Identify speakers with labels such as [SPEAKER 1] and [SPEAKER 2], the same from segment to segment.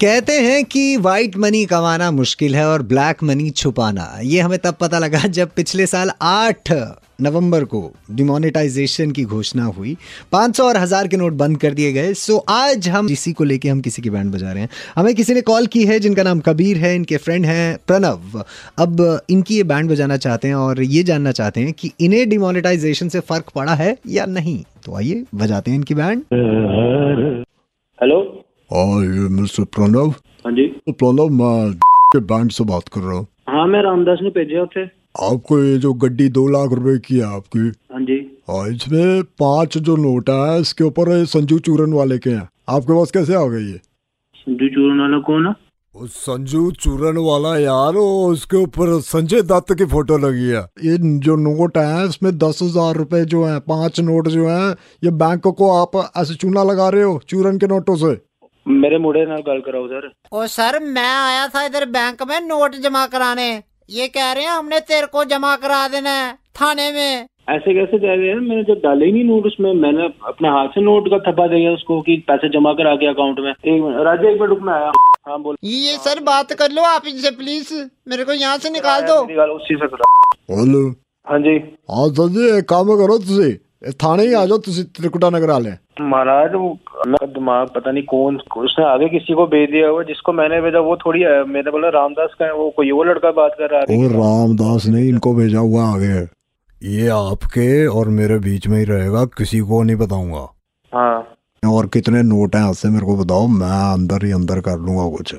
[SPEAKER 1] कहते हैं कि वाइट मनी कमाना मुश्किल है और ब्लैक मनी छुपाना ये हमें तब पता लगा जब पिछले साल 8 नवंबर को डिमोनेटाइजेशन की घोषणा हुई 500 और हजार के नोट बंद कर दिए गए सो आज हम इसी को लेके हम किसी की बैंड बजा रहे हैं हमें किसी ने कॉल की है जिनका नाम कबीर है इनके फ्रेंड हैं प्रणव अब इनकी ये बैंड बजाना चाहते हैं और ये जानना चाहते हैं कि इन्हें डिमोनेटाइजेशन से फर्क पड़ा है या नहीं तो आइए बजाते हैं इनकी बैंड
[SPEAKER 2] हेलो
[SPEAKER 3] और मिस्टर प्रणव
[SPEAKER 2] हाँ जी
[SPEAKER 3] प्रणव मैं के बैंड से बात कर रहा हूँ
[SPEAKER 2] हाँ मैं रामदास ने भेजे उसे
[SPEAKER 3] आपको ये जो गड्डी दो लाख रुपए की है आपकी
[SPEAKER 2] हाँ जी
[SPEAKER 3] और इसमें पांच जो नोट है इसके ऊपर ये संजू चूरन वाले के हैं आपके पास कैसे आ गए ये
[SPEAKER 2] संजू चूरन वाला कौन है
[SPEAKER 3] वो संजू चूरन वाला यार वो उसके ऊपर संजय दत्त की फोटो लगी है ये जो नोट है इसमें दस हजार रुपए जो है पांच नोट जो है ये बैंक को आप ऐसे चूना लगा रहे हो चूरन के नोटों से
[SPEAKER 2] मेरे मुंडे नाल गल कराओ सर
[SPEAKER 4] ओ सर मैं आया था इधर बैंक में नोट जमा कराने ये कह रहे हैं हमने तेरे को जमा करा देना है थाने में
[SPEAKER 2] ऐसे कैसे कह रहे हैं मैंने जब डाले ही नहीं नोट उसमें मैंने अपने हाथ से नोट का थप्पा दिया उसको कि पैसे जमा करा के अकाउंट में एक मिनट राजा एक मिनट रुक मैं आया हाँ बोल
[SPEAKER 4] ये सर बात कर लो आप इनसे प्लीज मेरे को यहाँ से निकाल दो
[SPEAKER 2] मेरी गल उसी से करा
[SPEAKER 3] हेलो
[SPEAKER 2] हाँ जी
[SPEAKER 3] ਹਾਂ ਸਰ ਜੀ ਇਹ ਕੰਮ ਕਰੋ ਤੁਸੀਂ ਇਹ ਥਾਣੇ ਹੀ ਆ ਜਾਓ ਤੁਸੀਂ ਤ੍ਰਿਕੁਟਾ ਨਗਰ ਵਾਲੇ
[SPEAKER 2] महाराज वो अपना दिमाग पता नहीं कौन उसने आगे किसी को भेज दिया हुआ जिसको मैंने भेजा वो थोड़ी आया मैंने बोला रामदास का है वो कोई वो लड़का बात कर रहा है
[SPEAKER 3] ਉਹ ਰਾਮਦਾਸ ਨੇ ਇਨਕੋ ਭੇਜਾ ਹੁਆ ਆਗੇ ਇਹ ਆਪਕੇ ਔਰ ਮੇਰੇ ਵਿੱਚ ਮੇਂ ਹੀ ਰਹੇਗਾ ਕਿਸੇ ਕੋ ਨਹੀਂ ਬਤਾਉਂਗਾ
[SPEAKER 2] हाँ
[SPEAKER 3] ਔਰ ਕਿਤਨੇ ਨੋਟ ਹੈ ਉਸੇ ਮੇਰੇ ਕੋ ਬਤਾਓ ਮੈਂ ਅੰਦਰ ਹੀ ਅੰਦਰ कर लूंगा कुछ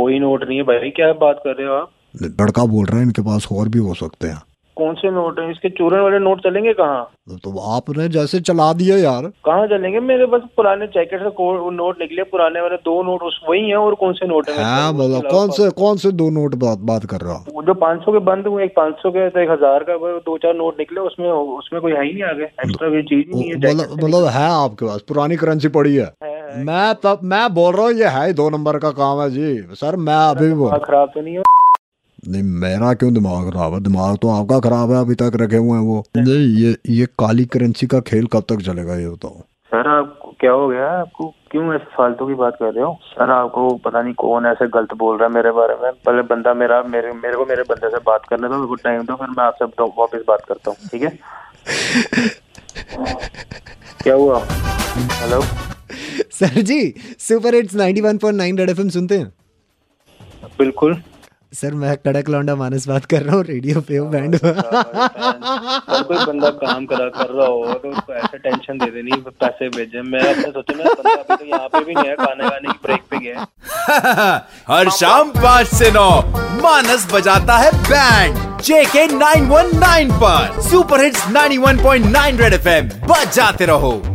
[SPEAKER 2] कोई नोट नहीं है भाई क्या बात कर रहे हो आप
[SPEAKER 3] लड़का बोल रहा है इनके पास और भी हो सकते हैं
[SPEAKER 2] कौन से नोट है इसके चूरन वाले नोट चलेंगे कहाँ
[SPEAKER 3] तो आपने जैसे चला दिया यार
[SPEAKER 2] कहाँ चलेंगे मेरे पास पुराने जैकेट से को- नोट निकले पुराने वाले दो नोट उस वही हैं और कौन से नोट हैं मेरे
[SPEAKER 3] हाँ
[SPEAKER 2] पास?
[SPEAKER 3] मतलब
[SPEAKER 2] उसके
[SPEAKER 3] कौन
[SPEAKER 2] अलावा
[SPEAKER 3] से कौन से दो नोट बात बात कर रहा
[SPEAKER 2] वो जो 500 के बंद हुए एक 500 के तो एक हजार का वो दो चार नोट निकले उसमें उसमें कोई है ही नहीं आगे एक्स्ट्रा कोई चीज ही नहीं है जैकेट
[SPEAKER 3] मतलब
[SPEAKER 2] से
[SPEAKER 3] मतलब है आपके पास पुरानी करेंसी पड़ी है
[SPEAKER 2] है, है।
[SPEAKER 3] मैं तब मैं बोल रहा हूँ ये है ही दो नंबर का काम है जी सर मैं अभी भी बोल
[SPEAKER 2] दिमाग खराब तो नहीं है
[SPEAKER 3] नहीं मेरा क्यों दिमाग खराब है दिमाग तो आपका खराब है अभी तक रखे हुए हैं वो नहीं ये ये काली करेंसी का खेल कब तक चलेगा ये बताओ
[SPEAKER 2] सर आपको क्या हो गया आपको क्यों ऐसे फालतू की बात कर रहे हो सर आपको पता नहीं कौन ऐसे गलत बोल रहा है मेरे बारे में पहले बंदा मेरा मेरे मेरे को मेरे बंदे से बात करने दो मेरे को टाइम दो फिर मैं आपसे तो वापस बात करता हूँ ठीक है क्या हुआ हेलो
[SPEAKER 1] सर जी सुपर हिट्स 91.9 रेड एफएम सुनते हैं
[SPEAKER 2] बिल्कुल
[SPEAKER 1] सर मैं कड़क लौंडा मानस बात कर रहा हूँ रेडियो पे हूँ बैंड
[SPEAKER 2] और कोई बंदा काम करा कर रहा हो तो उसको ऐसे टेंशन दे देनी पैसे भेजे मैं अपने सोचा मेरा बंदा अभी तो यहाँ पे भी नहीं है खाने वाने की ब्रेक पे गया है
[SPEAKER 5] हर शाम पाँच से नौ मानस बजाता है बैंड जेके 919 पर सुपर हिट्स 91.9 रेड एफएम बजाते रहो